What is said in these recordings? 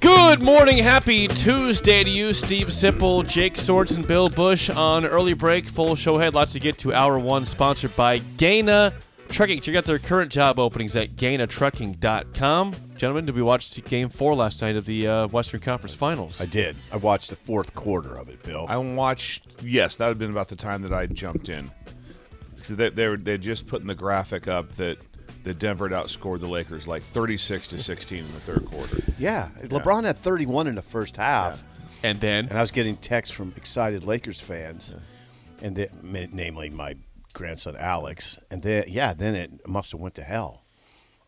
Good morning, happy Tuesday to you, Steve Sipple, Jake Swords, and Bill Bush on early break. Full show ahead, lots to get to. Hour one, sponsored by Gaina Trucking. Check out their current job openings at GainaTrucking.com. Gentlemen, did we watch Game Four last night of the uh, Western Conference Finals? I did. I watched the fourth quarter of it, Bill. I watched. Yes, that would have been about the time that I jumped in. 'Cause They, they were they just putting the graphic up that that Denver had outscored the Lakers like 36 to 16 in the third quarter. yeah. LeBron had 31 in the first half, and then and I was getting texts from excited Lakers fans, and they, ma- namely my grandson Alex, and then yeah, then it must have went to hell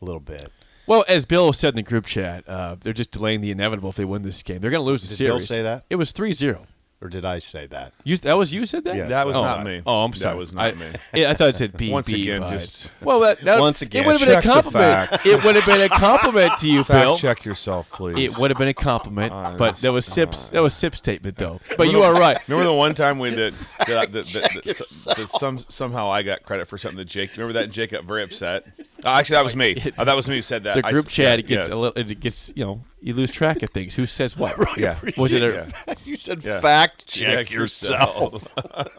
a little bit. Well, as Bill said in the group chat, uh, they're just delaying the inevitable if they win this game. They're going to lose the Did Bill series. say that? It was 3-0. Or did I say that? You, that was you said that? Yes, That was oh, not me. Oh, I'm That sorry. was I, not me. Yeah, I thought it said B. Once B, again, but- just- well, that, that, Once again, it would have been a check the compliment. facts. It would have been a compliment to you, Fact Bill. check Oh, yourself, please. It would have been a compliment, All right, but that was Sip's. That was Sip's statement, though. But you are right. Remember the one time when that, that, that, that, that, that some, somehow I got credit for something that Jake. Remember that and Jake got very upset. Oh, actually, that was me. Oh, that was me who said that. The I- group chat it gets yes. a little. It gets you know you lose track of things. Who says what? Yeah. Was it a Yeah. you said Yeah. fact Check yourself.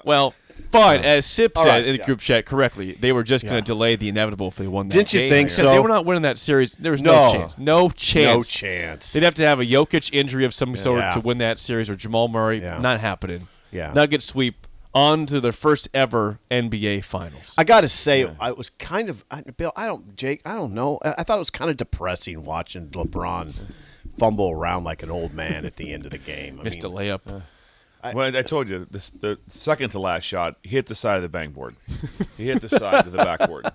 well? Fine, as Sip said right, in the yeah. group chat correctly, they were just going Yeah. to delay the inevitable if they won that Didn't you game. think Because so? They were not winning that series. There was no, No. chance. No chance. No chance. They'd have to have a Jokic injury of some sort Yeah. to win that series, or Jamal Murray. Yeah. Not happening. Yeah. Nuggets sweep on to their first ever NBA Finals. I got to say, I was kind of I, Bill. I don't, Jake. I don't know. I, I thought it was kind of depressing watching LeBron fumble around like an old man at the end of the game. I Missed a mean, layup. Well, I told you this, the second to last shot he hit the side of the bang board. He hit the side of the backboard.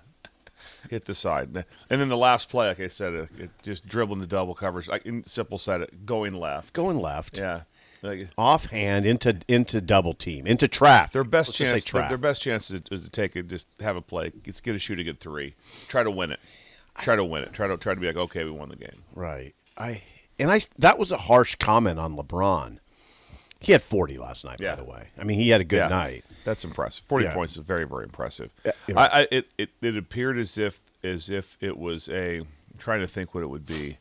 Hit the side, and then the last play, like I said, it, it just dribbling the double coverage. Like and Simple said, it going left. going left, Yeah, like, offhand into into double team, into trap. their best Let's just chance. say their- trap. Their best chance is, is to take it, just have a play. It's get a shoot a good three. Try to win it. Try to win it. Try to try to be like, okay, we won the game. Right. I and I that was a harsh comment on LeBron. He had 40 last night, Yeah. by the way. I mean, he had a good Yeah. night. That's impressive. Forty Yeah. points is very, very impressive. yeah. I, I, it, it it appeared as if as if it was a I'm trying to think what it would be.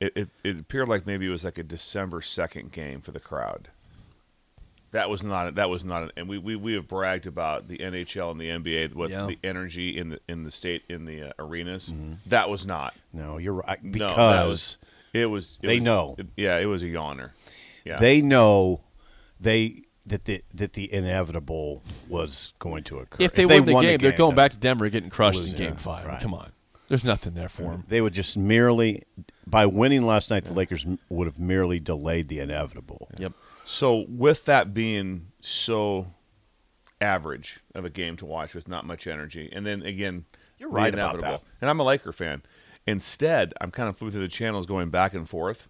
It, it it appeared like maybe it was like a December second game for the crowd. That was not that was not and we, we, we have bragged about the NHL and the NBA with Yeah. the energy in the in the state in the uh, arenas. That was not No, you're right Mm-hmm. No, because that was- it was it They was- know. it- yeah, it was a yawner. Yeah. they know they that the that the inevitable was going to occur. If they, win the won game, they're going then back to Denver, getting crushed in Losing, Game yeah, Five. right. Come on, there's nothing there for them. They would just merely by winning last night, the Lakers m- would have merely delayed the inevitable. Yep. So with that being so average of a game to watch with not much energy, and then again, you're right about that. And I'm a Laker fan. Instead, I'm kind of flipping through the channels, going back and forth,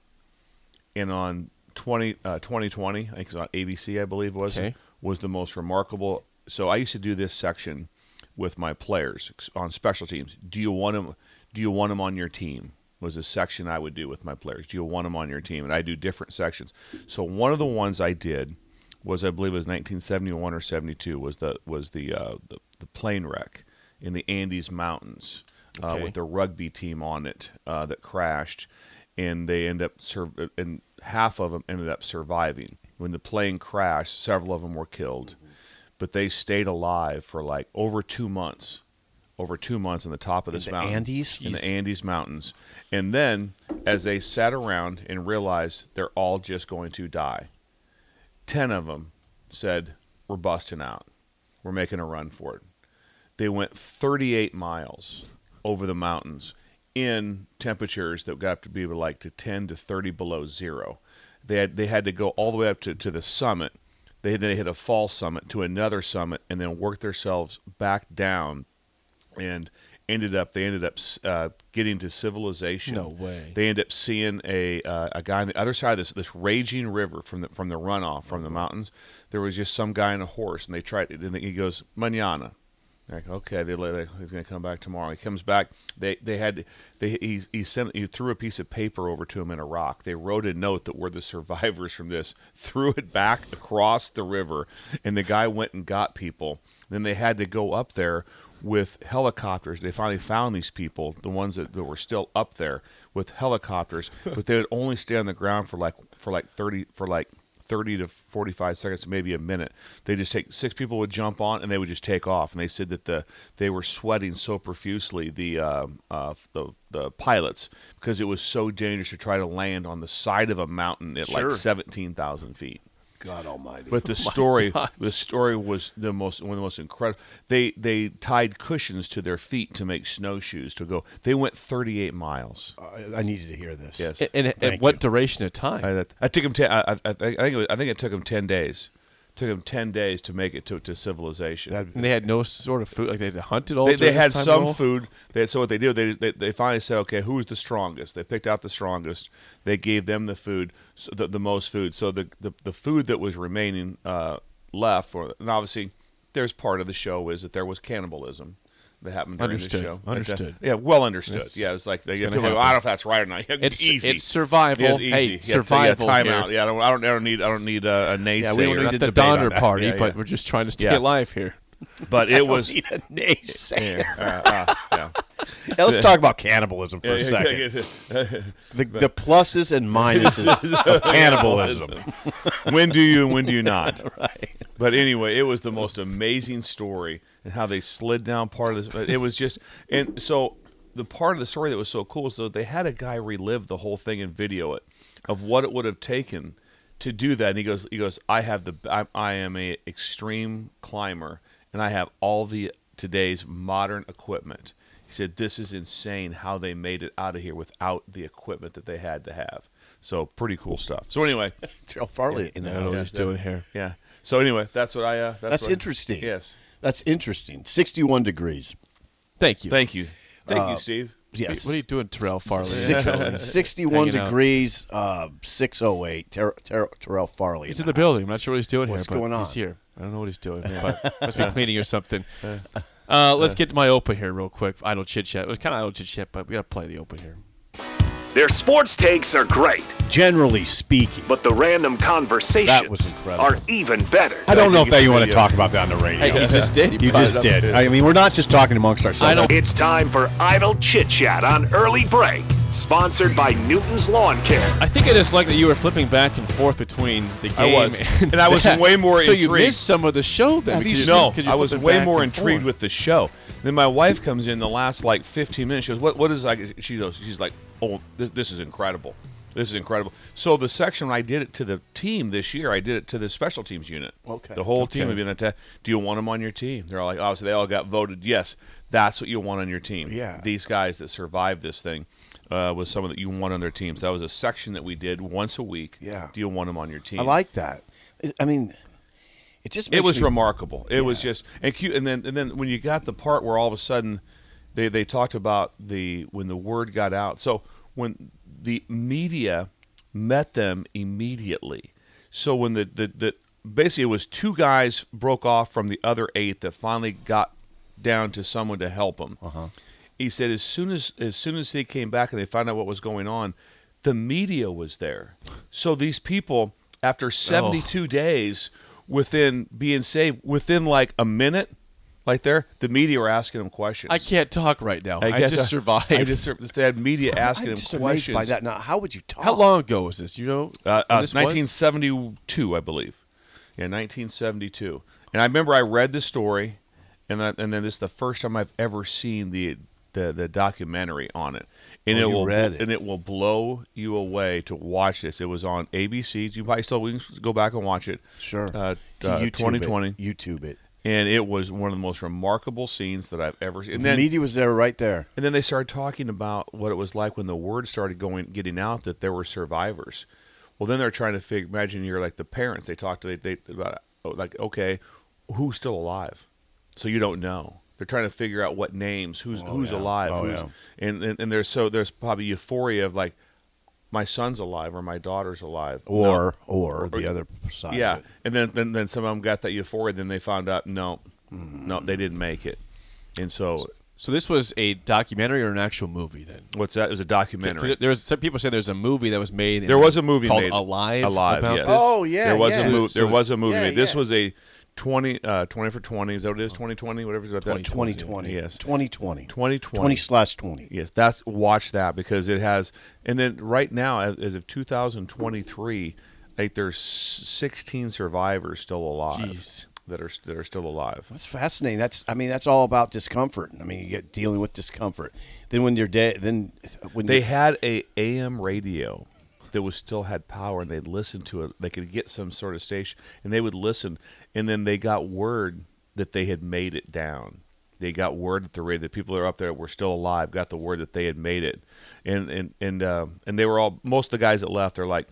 and on 20, uh, 2020, I think it's on ABC, I believe was Okay. was the most remarkable. So I used to do this section with my players on special teams. Do you want them? Do you want them on your team? Was a section I would do with my players. Do you want them on your team? And I do different sections. So one of the ones I did was I believe it was 1971 or 72 was the was the uh, the, the plane wreck in the Andes Mountains uh, Okay. with the rugby team on it uh, that crashed, and they end up sur- and half of them ended up surviving. When the plane crashed, several of them were killed, Mm-hmm. but they stayed alive for like over two months, over two months on the top of this the mountain, Andes? in the Jeez. Andes Mountains, and then as they sat around and realized they're all just going to die, ten of them said, "We're busting out. We're making a run for it." They went 38 miles over the mountains in temperatures that got up to be like to 10 to 30 below zero. They had they had to go all the way up to, to the summit They then hit a false summit to another summit, and then worked themselves back down, and ended up they ended up uh, getting to civilization. No way. They end up seeing a uh, a guy on the other side of this this raging river from the from the runoff from Uh-huh. the mountains. There was just some guy on a horse, and they tried. And he goes, "Manana." Like okay, they let he's gonna come back tomorrow. He comes back. They they had they he he sent he threw a piece of paper over to him in Iraq. They wrote a note that we're the survivors from this. Threw it back across the river, and the guy went and got people. Then they had to go up there with helicopters. They finally found these people, the ones that, that were still up there with helicopters, but they would only stay on the ground for like for like thirty for like 30 to 45 seconds, maybe a minute. They just take six people would jump on and they would just take off. And they said that the they were sweating so profusely the um, uh, the the pilots because it was so dangerous to try to land on the side of a mountain at Sure. like 17,000 feet. God Almighty. But the story, the story was the most one of the most incredible. They they tied cushions to their feet to make snowshoes to go. They went 38 miles. I, I needed to hear this. Yes. And, and, Thank what you. duration of time? I, I took him. Ten, I, I, I think it was, I think it took him ten days. Took him ten days to make it to, to civilization. That'd and they had no sort of food. Like they had to hunt it all. they, they during this had time at some all? food. They, so what they do? They, they they finally said, okay, who's the strongest? They picked out the strongest. They gave them the food, so the, the most food. So the, the the food that was remaining uh, left, or and obviously, there's part of the show is that there was cannibalism that happened during Understood. the show. uh, Understood. Yeah, well understood. It's- yeah, it's like they it's get gonna people. Go, happen. I don't know if that's right or not. Yeah, It's easy. it's survival. Yeah, Hey, easy. Yeah, survival. Yeah, here. timeout. Yeah, I don't, I don't. I don't need. I don't need uh, a, a naysayer. we don't We're need not to the debate on Donner that. Party, Yeah, but yeah. we're just trying to stay Yeah. alive here. But it was. be a naysayer. Yeah, uh, uh, yeah. Now, let's talk about cannibalism for a Yeah, second. yeah, yeah. The, the pluses and minuses of cannibalism. when do you and when do you not? But anyway, it was the most amazing story and how they slid down part of this. But it was just and so the part of the story that was so cool is that they had a guy relive the whole thing and video it of what it would have taken to do that. And he goes, he goes, I have the I, I am a extreme climber and I have all the today's modern equipment. He said, "This is insane how they made it out of here without the equipment that they had to have." So pretty cool stuff. So anyway, Terrell Farley in the I don't know what he's doing here. yeah. So anyway, that's what I. Uh, that's That's what- interesting. Yes. That's interesting. 61 degrees. Thank you. Thank you. Thank you, Steve. Yes. What are you doing, Terrell Farley? Six- Hanging 61 out. degrees, uh, 608. Ter- Ter- Terrell Farley. He's in in the building. I'm not sure what he's doing What's here, but going on? he's here. I don't know what he's doing, but must be cleaning or something. Uh, let's get to my open here real quick. Idle chit chat. It was kind of idle chit chat, but we got to play the open here. Their sports takes are great, Generally speaking. but the random conversations incredible. are even better. I don't know if it's that you a want to video. talk about that on the radio. Hey, you just did. You brought it just up. did. I mean, we're not just talking amongst ourselves. I don't- It's time for Idle Chit Chat on Early Break, sponsored by Newton's Lawn Care. I think I just like that you were flipping back and forth between the game. I was. and, And I was that. way more So you intrigued. missed some of the show then. because you- no, because you I was flipped it way back more and intrigued forth. with the show. Then my wife comes in the last like 15 minutes. She goes, "What? What is like?" She goes, "She's like, oh, this, this is incredible. This is incredible." So the section when I did it to the team this year, I did it to the special teams unit. Okay. The whole team Okay. would be in the ta- Do you want them on your team? They're all like, "Oh, so they all got voted." Yes, that's what you want on your team. Yeah. These guys that survived this thing uh, was someone that you want on their teams. That was a section that we did once a week. Yeah. Do you want them on your team? I like that. I- I mean, it just it makes was me- remarkable. It was just and cute. And then and then when you got the part where all of a sudden they they talked about the when the word got out. So when the media met them immediately. So when the the, the basically it was two guys broke off from the other eight that finally got down to someone to help them. Uh-huh. He said as soon as as soon as they came back and they found out what was going on, the media was there. So these people after 72 days within being saved within like a minute like there the media were asking them questions. I can't talk right now. I, guess just survived. I just sur- they had media asking I'm them just amazed questions. by that. Now, how would you talk? How long ago was this? You know, Uh, when uh, this was? 1972, I believe. Yeah, 1972. And I remember I read the story, and that, and then this is the first time I've ever seen the the, the documentary on it. And Oh, it you will read it. and it will blow you away to watch this. It was on ABC. You probably still we can go back and watch it. Sure. Uh, You uh, YouTube it. 2020, YouTube it. and it was one of the most remarkable scenes that I've ever seen. And the then media was there right there. and then they started talking about what it was like when the word started going getting out that there were survivors. Well, then they're trying to figure. Imagine you're like the parents. They talked to they, they about oh, like okay, who's still alive? So you don't know. They're trying to figure out what names, who's who's yeah. alive, Oh, who's, and, and and there's so there's probably euphoria of like, my son's alive or my daughter's alive No. or or the other side. of yeah, it. and then, then then some of them got that euphoria. Then they found out no, Mm-hmm. no, they didn't make it. And so So this was a documentary or an actual movie then? what's that? It was a 'Cause documentary. There was some people say there's a movie that was made. There was a movie called made- Alive. Alive, About yes. this. Oh yeah, there was yeah. a movie. So- there was a movie. yeah, made. This yeah. was a 20, uh, 20 for twenty. Is that Oh. what it is? Twenty twenty, whatever it's about. that. 2020. Yes. 2020. 2020. 20 slash 20. Yes, that's watch that because it has. And then right now, as, as of 2023, like there's 16 survivors still alive Jeez. that are that are still alive. That's fascinating. That's I mean that's all about discomfort. I mean you get dealing with discomfort. Then when you're dead, then when They you- had a AM radio that was still had power, and they'd listen to it. They could get some sort of station, and they would listen. And then they got word that they had made it down. They got word at the radio. The people that are up there were still alive. Got the word that they had made it, and and and uh, and they were all. Most of the guys that left, they're like,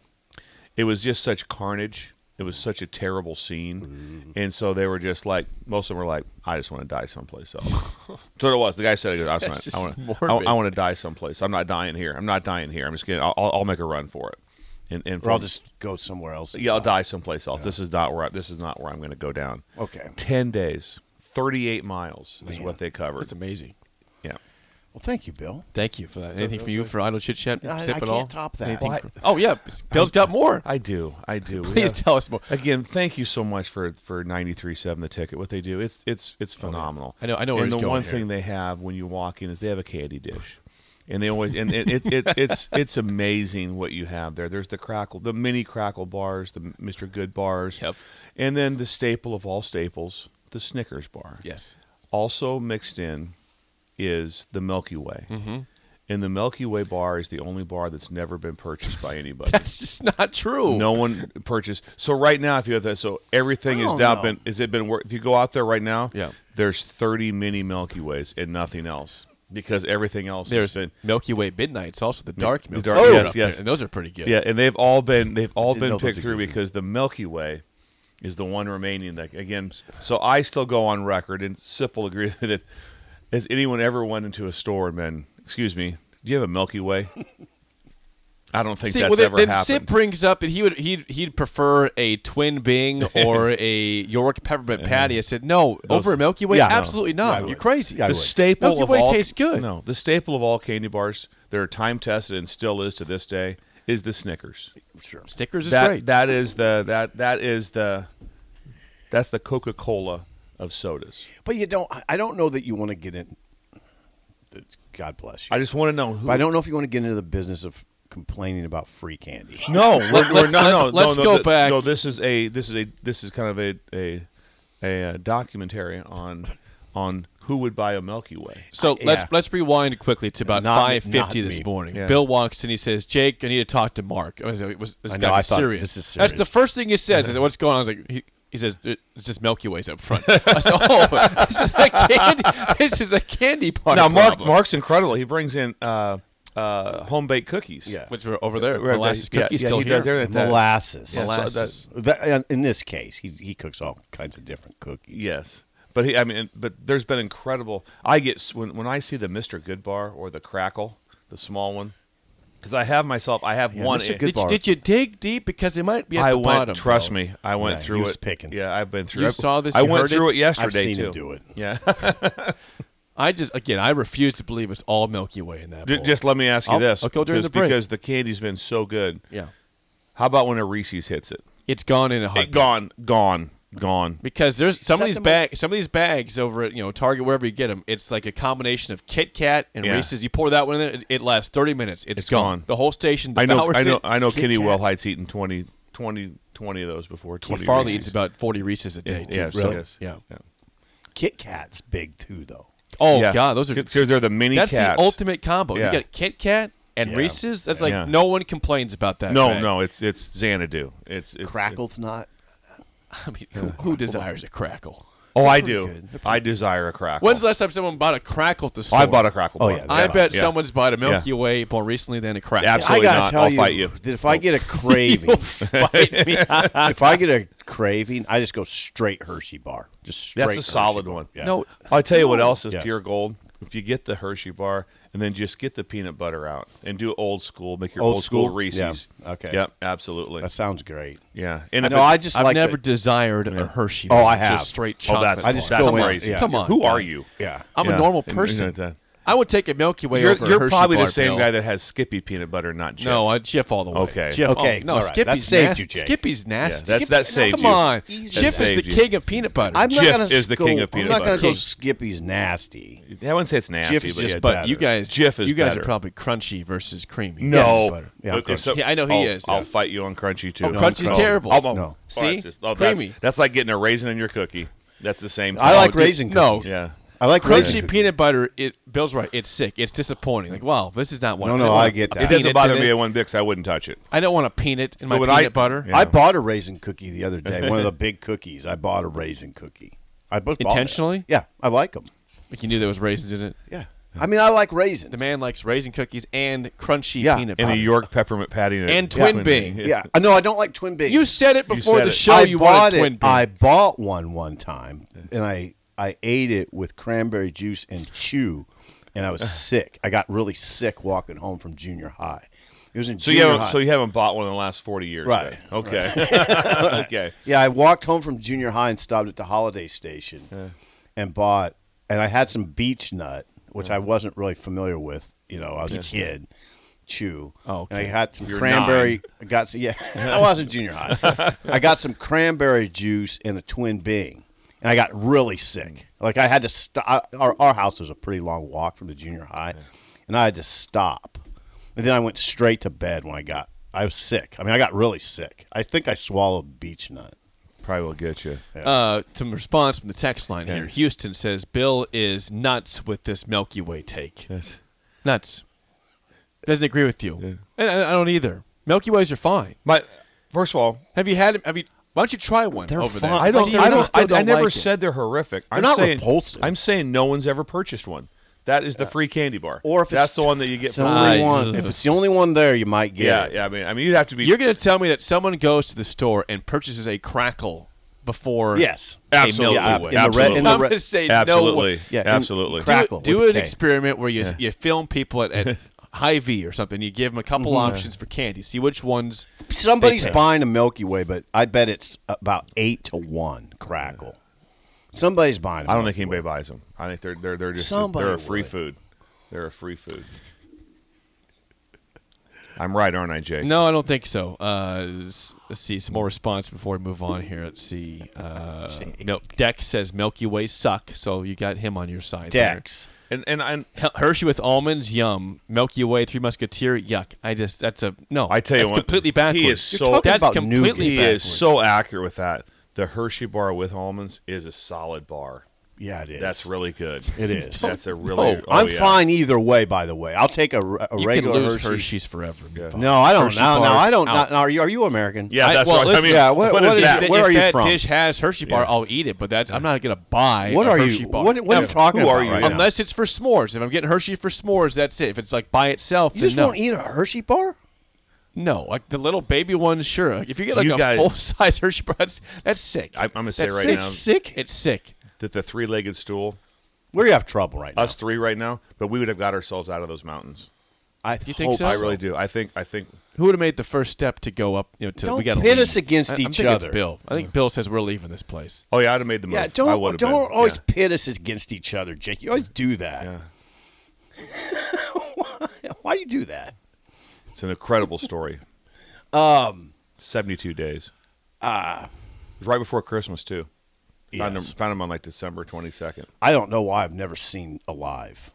it was just such carnage. It was such a terrible Mm-hmm. scene, and so they were just like, most of them were like, I just want to die someplace else. so it was. The guy said, "I just That's just want to, I, morbid. I want to die someplace. I'm not dying here. I'm not dying here. I'm just kidding. I'll, I'll, I'll make a run for it." And and or I'll from- just go somewhere else. yeah, I'll die someplace else. This is not where I, this is not where I'm going to go down. Okay. ten days, thirty-eight miles is Man. what they covered. That's amazing. yeah. Well, thank you, Bill. Thank you for that. Anything for you for idle chit chat? I- Sip I at can't all? top that. Anything Well, for- oh yeah, Bill's got more. I do, I do. We Please have- tell us more. Again, thank you so much for for 93.7 the ticket. What they do, it's it's it's phenomenal. Oh, I know- I know where And he's the going one here. thing they have when you walk in is they have a candy dish, and they always and it, it, it, it's it's amazing what you have there. There's the crackle, the mini crackle bars, the Mr. Good bars, Yep. and then the staple of all staples, the Snickers bar. Yes. Also mixed in is the Milky Way. Mm-hmm. And the Milky Way bar is the only bar that's never been purchased by anybody. That's just not true. No one purchased. So right now, if you have that, so everything is Oh, down. no. Been, is it been? wor- If you go out there right now, Yeah. there's 30 mini Milky Ways and nothing else because everything else There's has been. Milky Way Midnight's also the dark Milky dark- Way. yes, up there, yes. And those are pretty good. Yeah, and they've all been they've all didn't know been those picked through existed. because the Milky Way is the one remaining. That again, so I still go on record, and Sip will agree with it. Has anyone ever went into a store and been, excuse me, do you have a Milky Way? I don't think See, that's well, then, ever then happened. Sip brings up that he would he'd, he'd prefer a twin Bing or a York peppermint Uh-huh. patty. I said no over a Milky Way. Yeah, no. absolutely not. You're crazy. Yeah, I the would. staple Milky of Way all tastes good. No, the staple of all candy bars, they're time tested and still is to this day, is the Snickers. Sure. Stickers is that great. that is the that that is the that's the Coca Cola of sodas. But you don't. I- I don't know that you want to get in. God bless you. I just want to know who. but I don't know if you want to get into the business of complaining about free candy. No, we're, Let- we're let's- not- let's- no, let's no, go no, back. No, this is a this is a this is kind of a a a, uh documentary on on who would buy a Milky Way. So I- let's yeah. let's rewind quickly to about Not me- five fifty not this me. morning. Yeah. Bill walks in. He says, "Jake, I need to talk to Mark." I was, it was this I guy know, I was thought, serious. "This is That's the serious." first thing he says. I said, "What's going on?" I was like, he, he says, "It's just Milky Ways up front." I said, "Oh, this is a candy. This is a candy bar." Now, Mark problem." Mark's incredible. He brings in uh, uh, home baked cookies. Yeah. which were over there, Right, molasses yeah, cookies yeah, still he here. does everything. That- Molasses. Yeah, so that- Molasses. That- and in this case, he, he cooks all kinds of different cookies. Yes, but he, I mean, but there's been incredible. I get s- when when I see the Mister Goodbar or the Crackle, the small one, because I have myself. I have Yeah, one. Mr. in- Good Did you, bar. did you dig deep because they might be at I the went. bottom? trust Bill. me, I went Yeah, he through was it. picking. Yeah, I've been through. You it. saw this, I you went heard through it? it, yesterday I've seen too. him do it. Yeah. I just again, I refuse to believe it's all Milky Way in that. J- bowl. Just let me ask you I'll- this. I'll go during because, the break. because the candy's been so good. yeah, How about when a Reese's hits it? it's gone in a it heartbeat. gone, gone, gone. because there's some that of these the mo- bag some of these bags over at you know Target wherever you get them. It's like a combination of Kit Kat and Yeah. Reese's. You pour that one in there, it, it lasts 30 minutes. It's it's gone. gone. The whole station. I know. devours I know. it. I know. Kit Kenny Kat. Wellhite's eaten 20, 20, 20 of those before. 20 Farley Reese's. eats about 40 Reese's a day. Yeah, too. yes, Really? yes. Yeah. Kit Kat's big too, though. Oh Yeah. God, those are because they're the mini that's cats. the ultimate combo. Yeah. You got Kit Kat and Yeah. Reese's. That's like Yeah. no one complains about that. No, bag. no, it's it's Xanadu. It's, it's Crackle's not. I mean, who, who desires a crackle? oh, I do. good. I desire a crackle. When's the last time someone bought a crackle at the Oh, store? I bought a crackle. Oh, bar. yeah, I Yeah. bet Yeah. someone's bought a Milky Way more recently than a crackle. Absolutely I gotta not. tell I'll you, fight you. that if I get a craving, Fight me. if I get a craving, I just go straight Hershey bar. Just straight. That's a Hershey solid bar. one. Yeah. No, I'll tell you what else is Yes. pure gold. If you get the Hershey bar and then just get the peanut butter out and do old school, make your Old old, school, school? Reese's. Yeah. Okay. Yep. Absolutely. that sounds great. yeah. And if No, it- I just I've like never the- desired a Hershey. Oh, bar, I have. Just straight Oh, chocolate. that's I just bar. that's go in, crazy. yeah. Come on, Who guy. are you? yeah. I'm Yeah. a normal And- person. and that- I would take a Milky Way You're, over. a you're Hershey probably bar, the same Bill. guy that has Skippy peanut butter, not Jif. No, I Jif all the way. Okay. Jif all- Okay, no, all right. Skippy's That saved nasty. you, Jake. Skippy's nasty. that's- Skippy's, that saved come you. on. That Jif is the saved you. king of peanut butter. I'm not Jif gonna is the king go- of peanut I'm not butter. gonna go King. Skippy's nasty. I wouldn't say it's nasty, Jif is but just yeah, but better. you guys, Jif is you guys better. are probably crunchy versus creamy. Peanut no. butter. Yeah, I'm Okay, so- crunchy. Yeah, I know he I'll- is. I'll Yeah. fight you on crunchy too. Oh, crunchy's terrible. Oh, oh, No. oh, See? it's just- oh, that's- Creamy. That's, like getting a raisin in your cookie. That's the same. I thing. like Oh, raisin. no. cookies. Yeah. I like raisin Crunchy cookies. peanut butter. It Bill's right. It's sick. It's disappointing. Like wow, this is not one. No, don't no, want I get a that. It peanut doesn't bother in me it. a one bit because I wouldn't touch it. I don't want a peanut in my But when peanut I- butter. Yeah. I bought a raisin cookie the other day. one of the big cookies. I bought a raisin cookie. I both bought it. Intentionally? Yeah, I like them. Like you knew there was raisins in it. Yeah, I mean, I like raisins. The man likes raisin cookies and crunchy Yeah. peanut And butter. a York peppermint patty And Twin Bing. Yeah, I no, I don't like twin beans. you said it You before said the it. show. I you bought wanted it. twin Bing. I bought one one time, and I I ate it with cranberry juice and chew, and I was sick. I got really sick walking home from junior high. It was in So you junior haven't high. so you haven't bought one in the last forty years, Right. then? Okay. okay. yeah, I walked home from junior high and stopped at the Holiday Station, and bought and I had some beech nut, which I wasn't really familiar with. You know, I was a kid. Chew. Oh, okay. And I had some You're cranberry. I got some, yeah. I was in junior high. I got some cranberry juice and a twin Bing, and I got really Mm. sick. Like I had to stop. Our, our house was a pretty long walk from the junior high, and I had to stop. And then I went straight to bed when I got. I was sick. I mean, I got really sick. I think I swallowed beech nut. Probably will get you. uh, some response from the text line here. Houston says Bill is nuts with this Milky Way take. Yes. Nuts. Doesn't agree with you, and I, I don't either. Milky Ways are fine. My first of all, Have you had? Have you? Why don't you try one They're over fine. there? I don't. See, I you don't. still I, I never like it. said they're horrific. I'm not saying, repulsive. I'm saying no one's ever purchased one. That is the free candy bar. Or if it's- that's the one that you get It's the from. I- only one. If it's the only one there, you might get yeah, it. yeah. I mean, I mean, you'd have to be. You're going to tell me that someone goes to the store and purchases a crackle before Yes. a Absolutely. Milky Yeah, Way. in the red- in the I'm red- going to say no absolutely, way. Yeah, and absolutely. crack- Crackle do, do with an a K. experiment where you you film people at, at Hy-Vee or something. You give them a couple options for candy. See which ones. Somebody's Big time. buying a Milky Way, but I bet it's about eight to one crackle. Somebody's buying. I I don't think anybody buys them. I think they're they're they're just Somebody they're a free would. food. They're a free food. I'm right, aren't I, Jake? No, I don't think so. Uh, s- let's see some more response before we move on here. Let's see. Uh, no, Dex says Milky Way suck, so you got him on your side. there. Dex. And and and Hel- Hershey with almonds, yum. Milky Way, Three Musketeer, yuck. I just that's a no. I tell you that's what, completely backwards. He is so talking that's about completely he nougat. backwards. is so accurate with that. The Hershey bar with almonds is a solid bar. Yeah, it is. That's really good. It is. That's a really. No, oh, I'm yeah. fine either way. By the way, I'll take a, a You can regular lose Hershey. Hershey's forever. No, I don't. Hershey No, no, bars I don't. out. Not, are you? Are you American? Yeah, I- that's well, right. I listen- mean, Yeah, what- what what is is that? it- If Where if are you that from? dish has Hershey bar, I'll eat it. But that's I'm not gonna buy. What a are Hershey you? Bar. What, what are No. you talking Who about? are you? Right now? Unless it's for s'mores. If I'm getting Hershey for s'mores, that's it. If it's like by itself, you then just no. won't eat a Hershey bar. No, like the little baby ones, sure. Like, if you get like You a guys- full size Hershey bar, that's, that's sick. I- I'm gonna say That's right sick. now- it's sick. It's sick. That the three-legged stool. We have trouble right now. Us three right now, but we would have got ourselves out of those mountains. I You think hope so? I really do. I think. I think. Who would have made the first step to go up? You know, to Don't we got pit us against I, I'm each thinking other. It's Bill, I think Bill says we're leaving this place. Oh yeah, I'd have made the move. Yeah, I don't would've don't been. always Yeah. pit us against each other, Jake. You always do that. Why do you do that? It's an incredible story. um, Um, seventy-two days. Ah, it was right before Christmas too. Found, Yes. him, found him on like December twenty-second. I don't know why I've never seen Alive.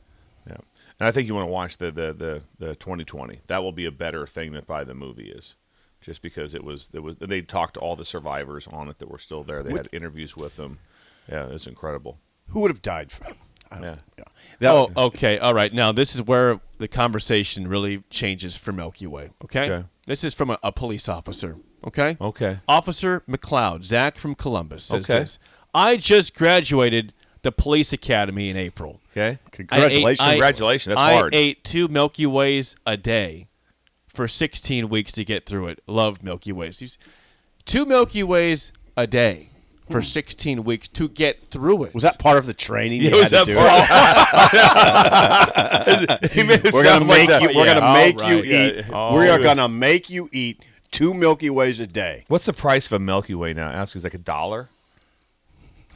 Yeah, and I think you want to watch the the the, the twenty twenty. That will be a better thing than by the movie is, just because it was it was they talked to all the survivors on it that were still there. They had interviews with them. Yeah, it's incredible. Who would have died from? I don't, Yeah. yeah. That- oh, okay, all right. Now this is where the conversation really changes for Milky Way. Okay, Okay. this is from a, a police officer. Okay, Okay. Officer McLeod, Zach from Columbus, says Okay. this. I just graduated the police academy in April. Okay. Congratulations. I ate- I- Congratulations. That's I hard. ate two Milky Ways a day for 16 weeks to get through it. Loved Milky Ways. You s- Two Milky Ways a day for 16 weeks to get through it. Hmm. Was that part of the training? Yeah, you was had to that do He made it We're gonna sound like make that. you. We're Yeah. gonna make you right, yeah. eat. We are gonna make you eat two Milky Ways a day. What's the price of a Milky Way now? Ask is like a dollar.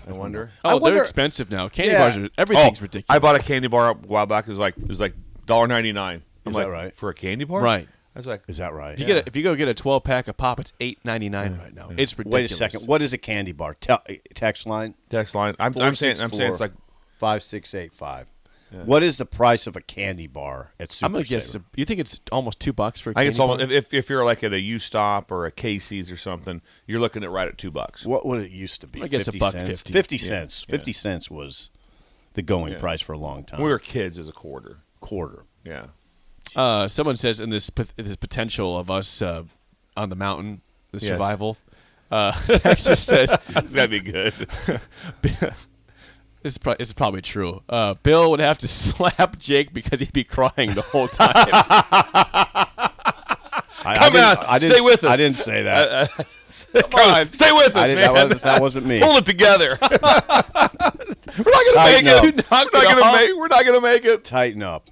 I wonder. Oh, I wonder- they're expensive now. Candy Yeah. bars, are, everything's Oh, ridiculous. I bought a candy bar a while back. It was like it was like dollar ninety nine. I'm Is like that right? for a candy bar, Right. I was like, Is that right? If you, get a, if you go get a 12 pack of pop, it's eight ninety nine right now. It's Wait a ridiculous. second. What is a candy bar? Tell text line. text line. I'm, I'm saying I'm saying it's like five six eight five. What is the price of a candy bar at Super I'm gonna guess. Saver? you think it's almost two bucks for? A I think it's candy almost bar? if, if if you're like at a U Stop or a Casey's or something, you're looking at right at two bucks. What would it used to be? I guess a 50 buck cents? 50. Fifty cents. Fifty cents was the going price for a long time. When we were kids, it was a quarter. quarter. Yeah. Uh, someone says in this pot- this potential of us uh, on the mountain, the Yes. survival. Uh, Texter says It's gotta be good. this is, pro- this is probably true. Uh, Bill would have to slap Jake because he'd be crying the whole time. I, Come I didn't, on, I didn't, stay with us. I didn't say that. Come on, stay with I us, didn't, that, man. wasn't, that wasn't me. Hold it together. we're not gonna Tighten make up. it. We're not it gonna off. make. We're not gonna make it. Tighten up.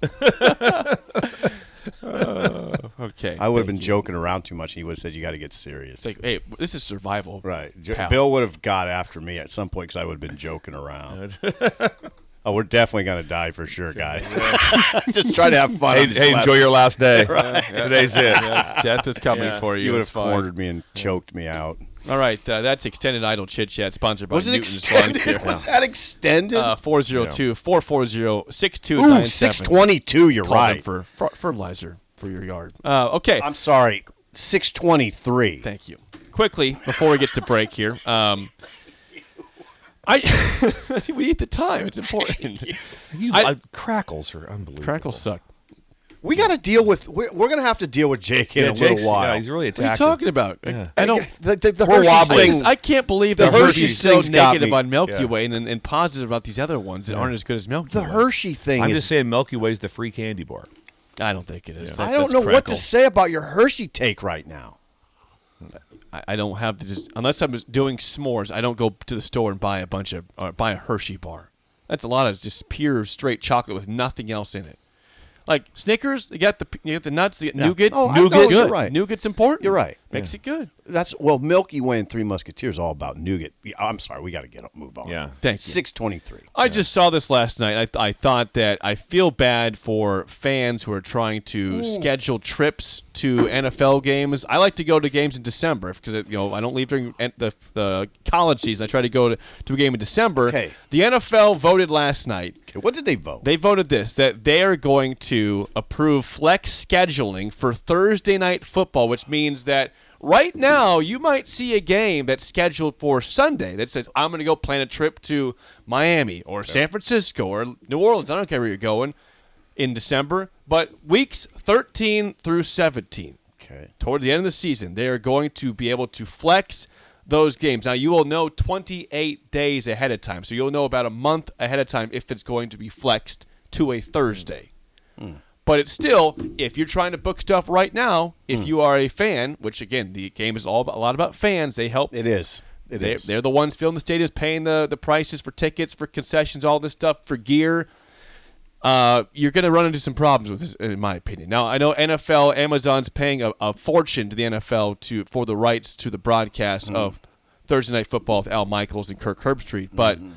okay, I would have been joking around too much. He would have said, "You got to get serious." Like, hey, this is survival. right. Jo- pal. Bill would have got after me at some point because I would have been joking around. oh, we're definitely gonna die for sure, guys. Just try to have fun. Hey, I'm just hey laughing. enjoy your last day. Today's it. Yes, death is coming Yeah. for you. You would It's have fine. cornered me and choked me out. All right, uh, that's extended idle chit chat sponsored by Was it Newton's extended? Lawn Was that extended? Care. Four zero two four four zero six two Ooh, nine six seven. twenty-two. You're Call them right. for fer- fertilizer for your yard. Uh, okay, I'm sorry. Six twenty-three. Thank you. Quickly, before we get to break here, um, I we need the time. It's important. You, I- I- crackles are unbelievable. Crackles suck. We got to deal with. We're, we're going to have to deal with Jake in Yeah, a little Jake's- while. Yeah, he's really What are you attacking. talking about? I- I, don't. The, the, the We're Hershey's I, thing- just- I can't believe The that Hershey's Hershey's so thing's got negative me. on Milky Yeah. Way and, and, and positive about these other ones that aren't as good as Milky the Way. Hershey thing. I'm is, just saying Milky Way's the free candy bar. I don't think it is. That- I don't that's know what to crackle. say about your Hershey take right now. I, I don't have to just unless I'm doing s'mores. I don't go to the store and buy a bunch of or buy a Hershey bar. That's a lot of just pure straight chocolate with nothing else in it. Like Snickers, you got the you got the nuts, you got Yeah. nougat. Oh, I know nougat, what good. you're right. Nougat's important. You're right. Makes it good. That's well, Milky Way and Three Musketeers all about nougat. Yeah, I'm sorry, we got to get up, move on. Yeah. Thank you. Six twenty-three. I just saw this last night. I, I thought that I feel bad for fans who are trying to schedule trips to NFL games. I like to go to games in December because you know I don't leave during en- the, the college season. I try to go to, to a game in December. Okay. The NFL voted last night. Okay, what did they vote? They voted this that they are going to approve flex scheduling for Thursday night football, which means that right now you might see a game that's scheduled for Sunday that says, I'm going to go plan a trip to Miami or San Francisco or New Orleans. I don't care where you're going in December. But weeks 13 through 17, okay. toward the end of the season, they are going to be able to flex those games. Now, you will know 28 days ahead of time. So you'll know about a month ahead of time if it's going to be flexed to a Thursday. But it's still, if you're trying to book stuff right now, if you are a fan, which again, the game is all about, a lot about fans, they help It is. It they, is. They're the ones filling the stadiums, paying the, the prices for tickets, for concessions, all this stuff, for gear. Uh, you're going to run into some problems with this, in my opinion. Now, I know NFL, Amazon's paying a, a fortune to the NFL to for the rights to the broadcast Mm-hmm. of Thursday Night Football with Al Michaels and Kirk Herbstreit, but. Mm-hmm.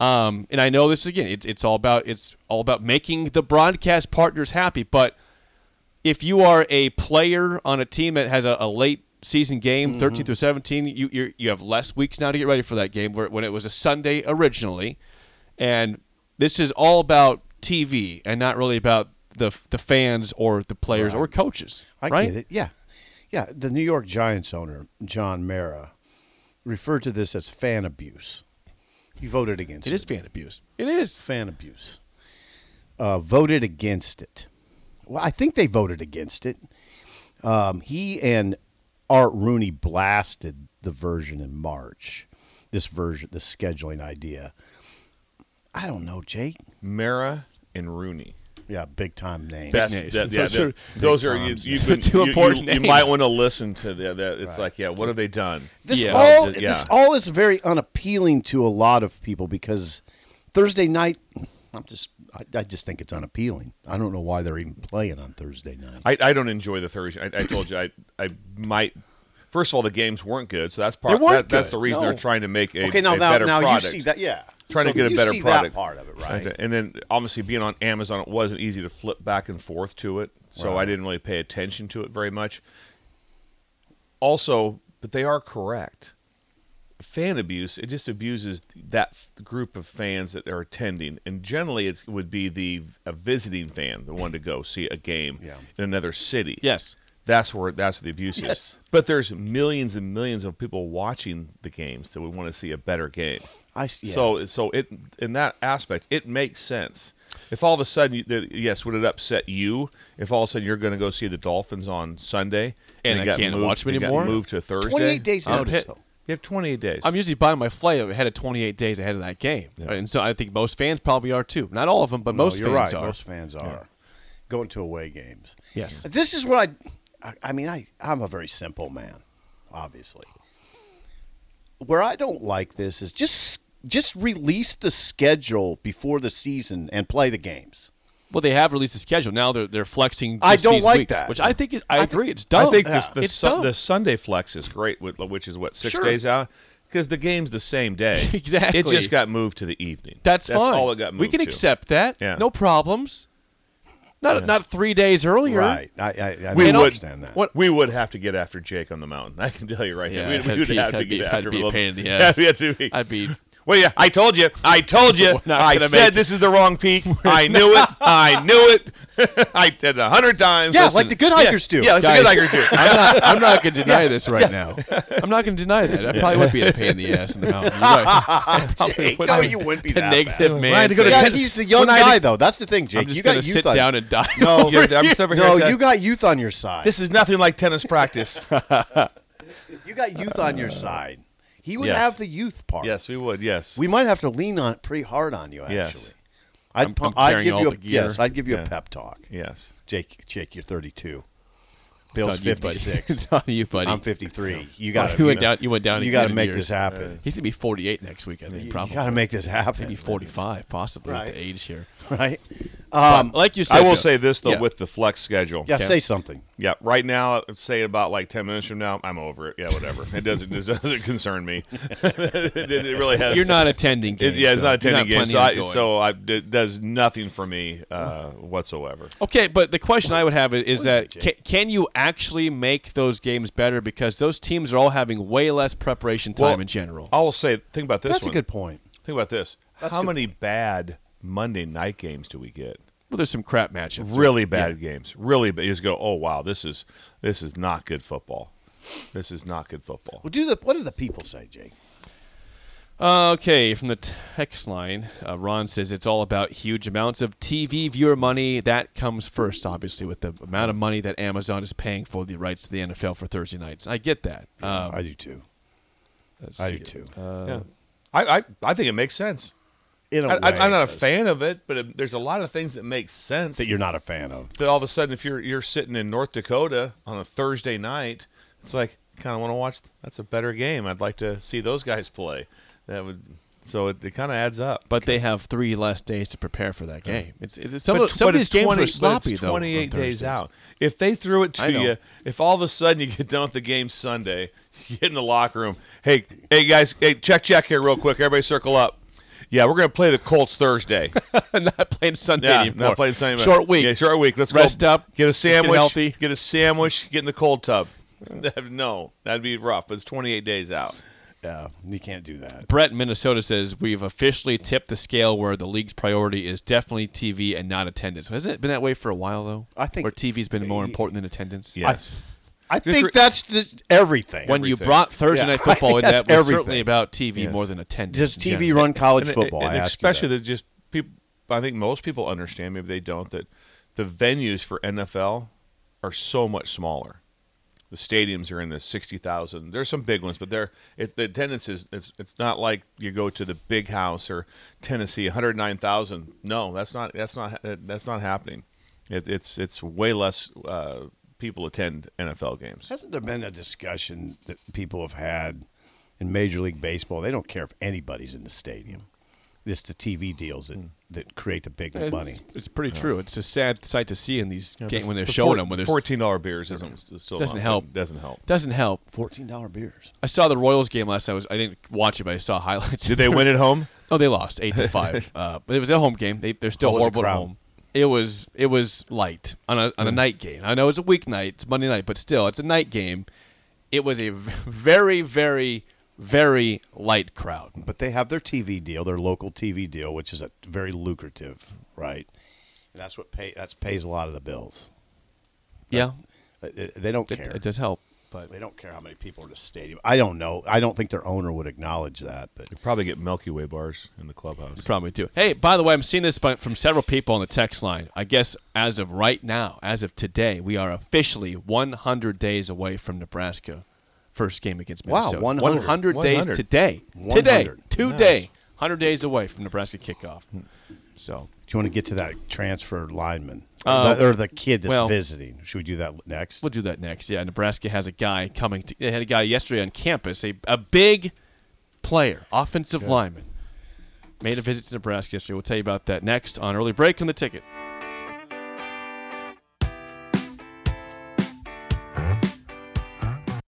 Um, and I know this again. It's it's all about it's all about making the broadcast partners happy. But if you are a player on a team that has a, a late season game, Mm-hmm. 13 through 17, you you you have less weeks now to get ready for that game where, when it was a Sunday originally. And this is all about TV and not really about the the fans or the players or coaches. I right? get it. Yeah. Yeah. The New York Giants owner, John Mara, referred to this as fan abuse. He voted against it. It is fan abuse. It is. fan abuse. Uh, voted against it. Well, I think they voted against it. Um, he and Art Rooney blasted the version in March. This version, the scheduling idea. I don't know, Jake. Mara and Rooney. yeah, big time name. That's, names. that- yeah, Those that- are those big are you, times. you, can, Two you- you- important you names. might want to listen to the, that. It's like, yeah, what have they done? This Yeah. all Uh, yeah. this all is very unappealing to a lot of people because Thursday night, I'm just I, I just think it's unappealing. I don't know why they're even playing on Thursday night. I, I don't enjoy the Thursday. I, I told you I I might. First of all, the games weren't good, so that's part. They weren't that- That's good. the reason No. they're trying to make a, okay, now a now, better now product. you see that, yeah. Trying So to get a you better see that product. part of it, right? And then obviously being on Amazon, it wasn't easy to flip back and forth to it, so I didn't really pay attention to it very much. Also, but they are correct. Fan abuse it just abuses that f- group of fans that are attending, and generally it's, it would be the a visiting fan, the one to go see a game Yeah. in another city. Yes. That's where that's where the abuse Yes. is. But there's millions and millions of people watching the games that would want to see a better game. I s- yeah. So so it in that aspect it makes sense. If all of a sudden, you, that- yes, would it upset you if all of a sudden you're going to go see the Dolphins on Sunday And it I got can't moved- watch them it got anymore? moved to Thursday. 28 days I would notice hit- though. You have 28 days. I'm usually buying my flight ahead of 28 days ahead of that game, and so I think most fans probably are too. Not all of them, but No, most you're fans right. are. Most fans are going to away games. Yes. This is what I, I, I mean, I, I'm a very simple man, obviously. Where I don't like this is just just release the schedule before the season and play the games. Well, they have released a schedule now. They're they're flexing. I just don't these like weeks, that. which I think is. I, think- agree. it's dumb. I think this, the, it's Sun- dumb. the Sunday flex is great, with- which is what six Sure. days out because the game's the same day. Exactly. It just got moved to the evening. That's, fine. all it got moved. we can to. accept that. Yeah. No problems. Not not three days earlier. Right. I, I, I We don't would- understand that. What? We would have to get after Jake on the mountain. I can tell you right Yeah, now. We that'd would be- have to that'd get be- after that'd be a him. pain in the ass. Yeah, that'd be- I'd be. Well, yeah, I told you. I told you. We're not I gonna said make it. this is the wrong peak. I knew it. I knew it. I did a hundred times. Yeah, Listen, like the good hikers do. Yeah, like the Guys. good hikers do. I'm not. I'm not going to deny this right now. I'm not going to deny that. I probably would be a pain in the ass in the mountain. You're right. Jake, Would no, be you wouldn't be the that negative bad. man. I had to go to Yeah, saying, he's the young When I guy, did- though. That's the thing, Jake. I'm just you going got to youth sit on. down and die. No, Yeah, I'm just over here no, like that. you got youth on your side. This is nothing like tennis practice. you got youth on your side. He would Yes. have the youth part. yes, we would. Yes, We might have to lean on it pretty hard on you, actually. Yes. I'd, I'm- pu- I'm I'd carrying give all you a, the gear. yes, I'd give you Yeah. a pep talk. yes. Jake, Jake, you're 32. It's Bill's on you, buddy. 56. It's on you, buddy. I'm 53. You got to You went down- you went down You in- got to in make years. this happen. He's gonna be 48 next week, I think. you Probably got to make this happen. maybe 45, possibly Right. with the age here. right? Um, like you said, I will Joe- say this though, yeah. with the flex schedule. Yeah, Okay. say something. Yeah, right now, say about like ten minutes from now, I'm over it. Yeah, whatever. It doesn't it doesn't concern me. it, it really has. you're not attending games. It, yeah, it's so not you're attending games, so, planning I, on going. so I, it does nothing for me uh, whatsoever. okay, but the question I would have is, is that can, can you actually make those games better because those teams are all having way less preparation time Well, in general. I will say, think about this. That's one. a good point. Think about this. How many bad Monday night games do we get? Well, there's some crap matchups. Really bad games. Really, bad. you just go, oh wow, this is this is not good football. This is not good football. Well, do the what do the people say, Jake? Uh, Okay, from the text line, uh, Ron says it's all about huge amounts of TV viewer money. That comes first, obviously, with the amount of money that Amazon is paying for the rights to the NFL for Thursday nights. I get that. Um, I do too. let's I see. Uh, do too. Yeah. I, I I think it makes sense. In a I, I, way, I'm not a it does. fan of it, but it, there's a lot of things that make sense. that you're not a fan of. that all of a sudden, if you're you're sitting in North Dakota on a Thursday night, it's like kind of want to watch. That's a better game. I'd like to see those guys play. That would so it, it kind of adds up. But they have three less days to prepare for that game. It's, it's some But of, tw- some of but these it's games 20 were but it's sloppy though. on 28 days Thursdays. out. If they threw it I to know. you, if all of a sudden you get done with the game Sunday, you get in the locker room. Hey, hey guys, hey check check here real quick. Everybody circle up. Yeah, we're gonna play the Colts Thursday. not playing Sunday Yeah, anymore. not playing Sunday. night. Short week. Yeah, short week. Let's Rest go. up. Get a Let's get sandwich. healthy. Get a sandwich. Get in the cold tub. no, that'd be rough. It's 28 days out. Yeah, you can't do that. Brett in Minnesota says we've officially tipped the scale where the league's priority is definitely TV and not attendance. Hasn't it been that way for a while though? I think- where TV's been more important than attendance. Yes. I Just think re- that's the, everything. When you Everything. brought Thursday Yeah, Night Football, I in, think that that's was certainly everything. about TV Yes. more than attendance. Does in TV general. run college And- football? and I ask you that. especially that just people. I think most people understand. Maybe they don't. That the venues for NFL are so much smaller. The stadiums are in the sixty thousand. There's some big ones, but they're it, the attendance is it's it's not like you go to the big house or Tennessee one hundred nine thousand. No, that's not that's not that's not happening. It, it's it's way less uh, people attend NFL games. Hasn't there been a discussion that people have had in Major League Baseball? They don't care if anybody's in the stadium. It's the TV deals that, that create the big money. It's, it's pretty true. It's a sad sight to see in these game when they're The showing four- them when there's fourteen dollar beers isn't is still Doesn't not- help. Doesn't help. doesn't help. Fourteen dollar beers. I saw the Royals game last night. I was I didn't watch it, but I saw highlights. Did they win at home? No, Oh, they lost eight to five. Uh, but it was a home game. They they're still How was the horrible at crowd? Mm. home. It was it was light on a on a night game. I know it's a weeknight, it's Monday night, but still it's a night game. It was a v- very very very light crowd. But they have their TV deal, their local TV deal, which is a very lucrative, right? And that's what pay that's pays a lot of the bills. Yeah, Uh, They, they don't it, care. it does help, but They don't care how many people are in the stadium. I don't know. I don't think their owner would acknowledge that. But Probably get Milky Way bars in the clubhouse. probably too. Hey, by the way, I'm seeing this by, from several people on the text line. I guess as of right now, as of today, we are officially 100 days away from Nebraska first game against Wow, Minnesota. 100. 100 days 100. today. Today, 100. today, 100 days away from Nebraska kickoff. So, do you want to get to that transfer lineman or, the, or the kid that's well- visiting? Should we do that next? we'll do that next. Yeah, Nebraska has a guy coming. To, they had a guy yesterday on campus, a, a big player, offensive lineman, made a visit to Nebraska yesterday. We'll tell you about that next on early break on the ticket.